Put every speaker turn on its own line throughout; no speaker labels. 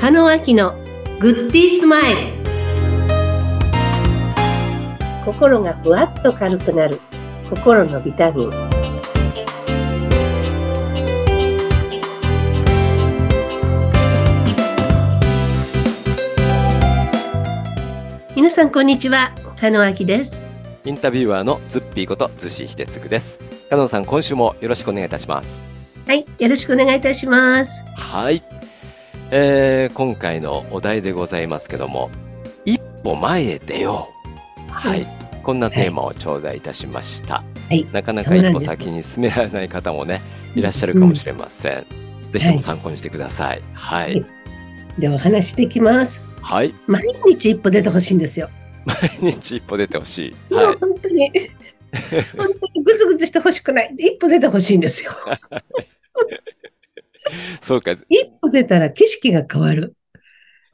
中野明のグッディースマイル心がふわっと軽くなる心のビタミン皆さんこんにちは加野明です
インタビュアーのズッピーこと逗子秀嗣です。加納さん、今週もよろしくお願いいたします。
はいよろしくお願いいたします
はい。えー、今回のお題でございますけども、一歩前へ出よう。はい。こんなテーマを頂戴いたしました。
はい
なかな
そ
か
うな
一
ん
歩
です
先に進められない方もね、いらっしゃるかもしれません。ぜひとも参考にしてください。は
はい
い。
ではお話していきます
はい。
毎日一歩出てほしいんですよ
毎日一歩出てほしい。
も
は
う本当に、 本当にぐつぐつしてほしくない。で一歩出てほしいんですよ。
い。そうか。
一歩出たら景色が変わる。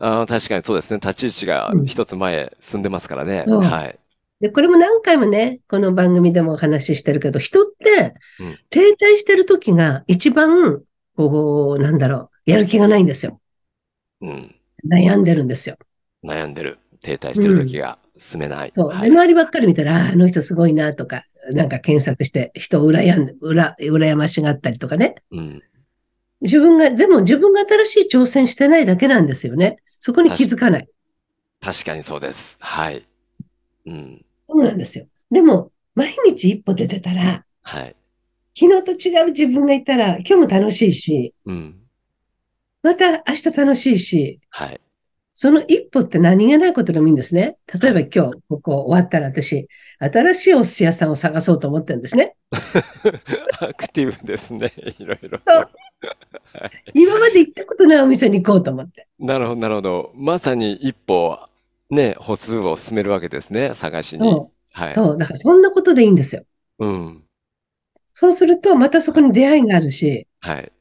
あー確かにそうですね。立ち位置が一つ前へ進んでますからね。
うん
はい。
で、これも何回もね、この番組でもお話ししてるけど、人って
うん
停滞してる時が一番、こう、なんだろう、やる気がないんですよ。
うん。
悩んでるんですよ。
悩んでる停滞してる時が進めない、
そう。
は
で、
い、
周りばっかり見たら、あああの人すごいなとか、なんか検索して人を羨んで、うら、羨ましがったりとかね。
うん、
自分が、でも自分が新しい挑戦してないだけなんですよね。そこに気づかない。
確かにそうですはいうん
そうなんですよ。でも、毎日一歩出てたら、
はい
昨日と違う自分がいたら、今日も楽しいし、
うん
また明日楽しいし、
はい
その一歩って何気ないことでもいいんですね。例えば今日、ここ終わったら私、新しいお寿司屋さんを探そうと思ってるんですね。
アクティブですねいろいろ
そう今まで行ったことないお店に行こうと思って。
なるほどなるほどまさに一歩ね歩数を進めるわけですね探しに
そ
は
う。
い
そう。だからそんなことでいいんですよ。
うん
そうすると、またそこに出会いがあるし、
はい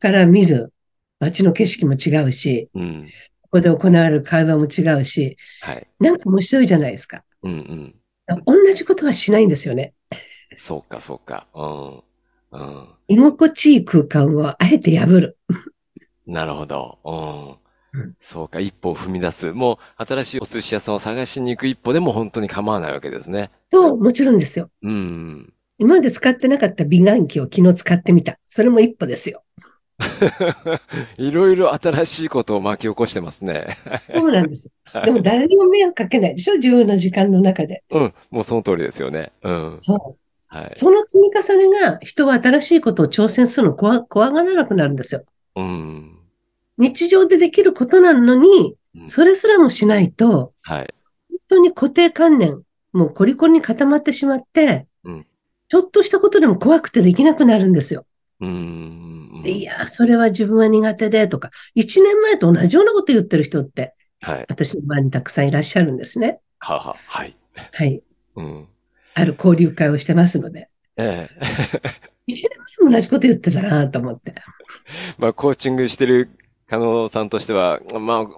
から見る街の景色も違うし、
うん
ここで行われる会話も違うし、
はい
なんか面白いじゃないですか。
うんうん
同じことはしないんですよね。
そうかそうかうんうん
居心地いい空間をあえて破る。
なるほど。うん。
うん
そうか、一歩を踏み出す。もう、新しいお寿司屋さんを探しに行く一歩でも本当に構わないわけですね。
と、もちろんですよ。
うん。
今まで使ってなかった美顔器を昨日使ってみた。それも一歩ですよ。
いろいろ新しいことを巻き起こしてますね。
そうなんです。でも誰にも迷惑かけないでしょ自分の時間の中で。
うん。もうその通りですよね。うん。
そ
は
う。
い。
その積み重ねが人は新しいことを挑戦するのを怖怖がらなくなるんですよ。
うん。
日常でできることなのに
う、ん
それすらもしないと、
はい。
本当に固定観念、もうコリコリに固まってしまって
うん、
ちょっとしたことでも怖くてできなくなるんですよ。
うん。
いやー、それは自分は苦手でとか、1年前と同じようなこと言ってる人って、
はい。
私の周りにたくさんいらっしゃるんですね。
はは。はい。
はい。
うん。
ある交流会をしてますので。
ええ。
1年前も同じこと言ってたなと思って。
まあ、コーチングしてる加納さんとしては、まあ、もう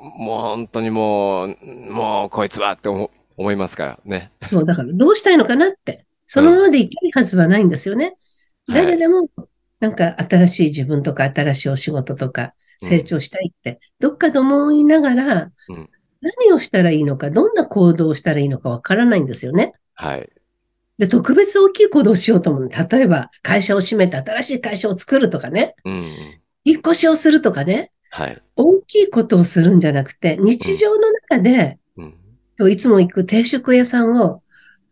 本当にもう、もうこいつはって思思いますからね。
そう、だからどうしたいのかなって。そのままでいけるはずはないんですよね。
うん
誰でも、なんか新しい自分とか新しいお仕事とか
うん
成長したいって、どっかで思いながら
うん、
何をしたらいいのか、どんな行動をしたらいいのかわからないんですよね。
はい。
で、特別大きい行動をしようと思うの。例えば、会社を閉めて新しい会社を作るとかね、
うん。
引っ越しをするとかね、
はい。
大きいことをするんじゃなくて、日常の中で、
うん。
今日いつも行く定食屋さんを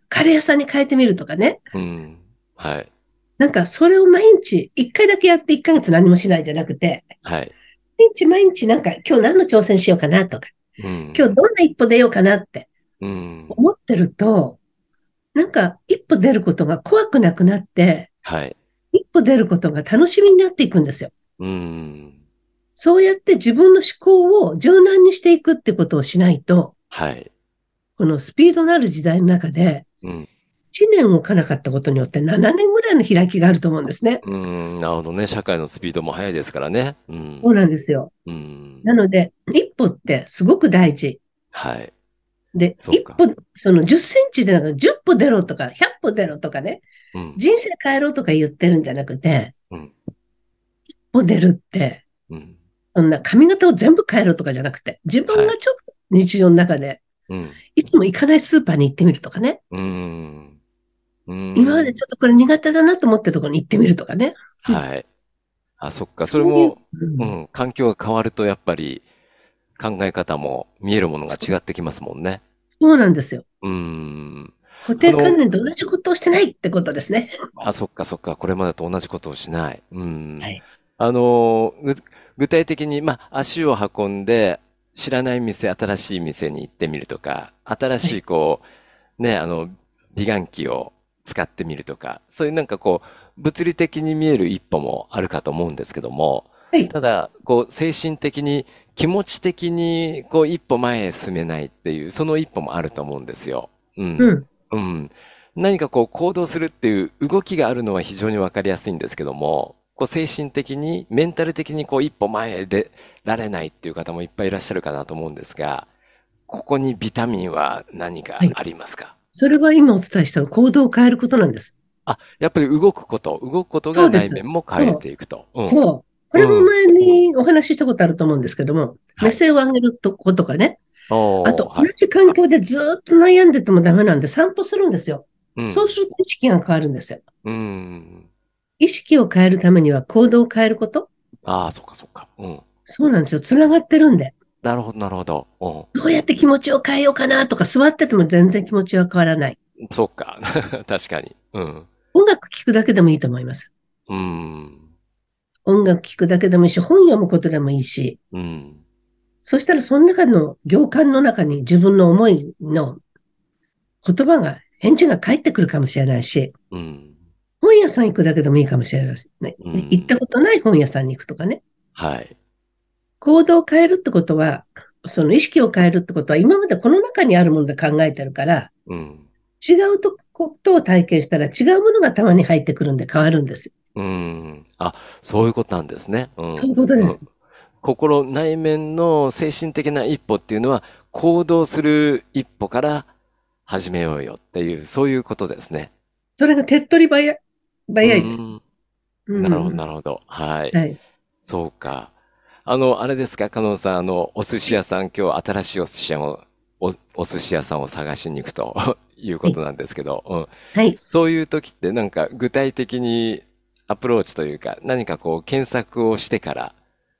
カレー屋さんに変えてみるとかね、
うん。はい。
なんかそれを毎日、一回だけやって一ヶ月何もしないんじゃなくて、
はい。
毎日毎日なんか今日何の挑戦しようかなとか、
うん。
今日どんな一歩出ようかなって
うん。
思ってると、なんか一歩出ることが怖くなくなって、
はい。
一歩出ることが楽しみになっていくんですよ。
うん。
そうやって自分の思考を柔軟にしていくってことをしないと、
はい。
このスピードのある時代の中で、
うん。
1年置かなかったことによって7年ぐらいの開きがあると思うんですね。
うん。なるほどね。社会のスピードも速いですからね。うん
そ。うなんですよ。
うん。
なので、一歩ってすごく大事。
はい。
で、
そう
一
か
歩、その10センチでなんか10歩出ろとか、100歩出ろとかね、
うん。
人生変えろとか言ってるんじゃなくて、
うん
一歩出るって、
うん。
そんな髪型を全部変えろとかじゃなくて、自分がちょっと日常の中で、
うん。
いつも行かないスーパーに行ってみるとかね。
うん。うん
今までちょっとこれ苦手だなと思ってるところに行ってみるとかね。
はい。あ、そっか。そ
そう
れ
いう
も、
うん
うん、環境が変わるとやっぱり考え方も見えるものが違ってきますもんね。
そうなんですよ。
うん。
固定観念と同じことをしてないってことですね。
あ、そっかそっか。これまでと同じことをしない。うん
はい。
あのー、ぐ具体的に、まあ、足を運んで、知らない店、新しい店に行ってみるとか、新しい、こう、ね、あの、美顔器を使ってみるとか、そういうなんかこう、物理的に見える一歩もあるかと思うんですけども、
はい
ただ、こう、精神的に、気持ち的に、こう、一歩前へ進めないっていう、その一歩もあると思うんですよ。うん。
うん。
うん。何かこう行動するっていう動きがあるのは非常にわかりやすいんですけども、こう精神的に、メンタル的にこう一歩前へ出られないっていう方もいっぱいいらっしゃるかなと思うんですが、ここにビタミンは何かありますか
それは今お伝えした行動を変えることなんです。
あ、やっぱり動くこと、動くことが
そうです
内面も変えていくと。うん。
そう。これも前にお話ししたことあると思うんですけども、
はい
目線を上げるとことかね。
おー
あと、
は
同
い
じ環境でずっと悩んでてもダメなんで散歩するんですよ。
うん
そうすると意識が変わるんですよ。
うん。
意識を変えるためには行動を変えること。
ああ、そっかそっか。うん。
そうなんですよ。繋がってるんで。
なるほど、なるほど。うん。
どうやって気持ちを変えようかなとか、座ってても全然気持ちは変わらない。
そっか。 確かに。うん。
音楽聴くだけでもいいと思います。
うん。
音楽聴くだけでもいいし、本読むことでもいいし、
うん。
そしたらその中の行間の中に自分の思いの言葉が、返事が返ってくるかもしれないし、
うん。
本屋さん行くだけでもいいかもしれないですね。
うん
ね行ったことない本屋さんに行くとかね。
はい。
行動を変えるってことは、その意識を変えるってことは、今までこの中にあるもので考えてるから、
うん。
違うとことを体験したら違うものがたまに入ってくるんで変わるんですよ。
うん。あ、そういうことなんですね。うん。
そういうことです
うん。心、内面の精神的な一歩っていうのは、行動する一歩から始めようよっていう、そういうことですね。
それが手っ取り早い早いです
う。ん
うん
なるほど、なるほど。はい。
はい。
そうか。あの、あれですか、加納さん、あの、お寿司屋さん、今日新しいお寿司屋を、お、お寿司屋さんを探しに行くということなんですけど、うん。
はい。
そういう時ってなんか具体的にアプローチというか何かこう検索をしてから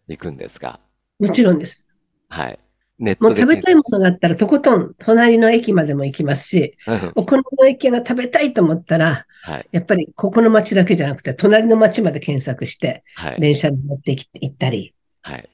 行くんですか
もちろんです。
はい。ネッ
もう
トで
食べたいも
検
のがあったら、とことん隣の駅までも行きますし、
索。
お好みの駅が食べたいと思ったら、
はい。
やっぱりここの町だけじゃなくて、隣の町まで検索して、
はい。
電車に乗ってき行ったり、
はい。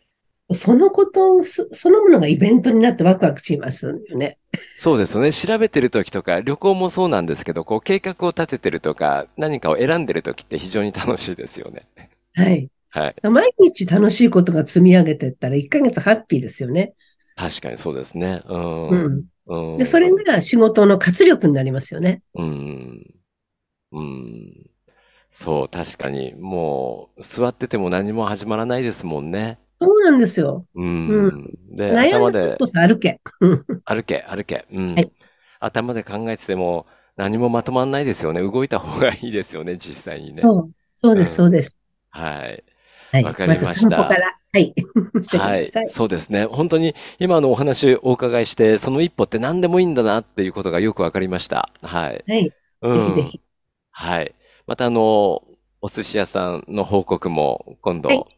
そのことをすそのものがイベントになってワクワクしますよね。
そうですよね。調べてる時とか旅行もそうなんですけど、こう計画を立ててるとか何かを選んでる時って非常に楽しいですよね。
はい。
はい。
毎日楽しいことが積み上げていったら、1ヶ月ハッピーですよね。
確かにそうですね。うん。
うん。
うん。
で、それが仕事の活力になりますよね。
うん。うん。そう、確かに。もう座ってても何も始まらないですもんね。
そうなんですよ。
うん。
う
で、
悩
頭
んで
で
こ、そ歩け。うん
歩け、歩け。うん。
はい
頭で考えてても、何もまとまんないですよね。動いた方がいいですよね、実際にね。
そうそうです、
うん
そうです。
はい。
はい。
わかりました
ず散歩から。はい。 してくだ
は
さ
い
い。。
そうですね。本当に、今のお話お伺いして、その一歩って何でもいいんだなっていうことがよくわかりました。はい。
はい。
う
ぜひぜ
ん。
ひ。
はい。また、あの、お寿司屋さんの報告も、今
はい
度、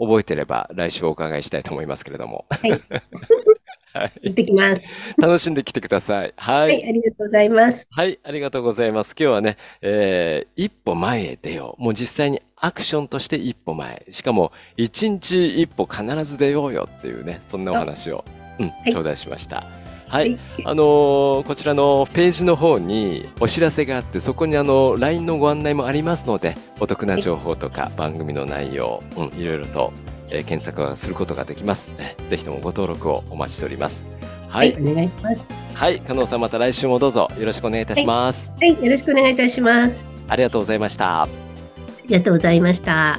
覚えてれば、来週お伺いしたいと思いますけれども。
はい
はい。
行ってきます。
楽しんできてください。は
はいい、。ありがとうございます。
はい、ありがとうございます。今日はね、えー、一歩前へ出よう。もう実際にアクションとして一歩前。しかも、一日一歩必ず出ようよっていうね、そんなお話を、うん、
い
頂戴しました。は。。
はい
あのーこちらのページの方にお知らせがあって、そこにあの、LINE のご案内もありますので、お得な情報とか番組の内容、うん、いろいろと、えー検索はすることができます。えーぜひともご登録をお待ちしております。は
はいい、。お願いします。
はい、加納さんまた来週もどうぞよろしくお願いいたします。
はい、よろしくお願いいたします。
ありがとうございました。
ありがとうございました。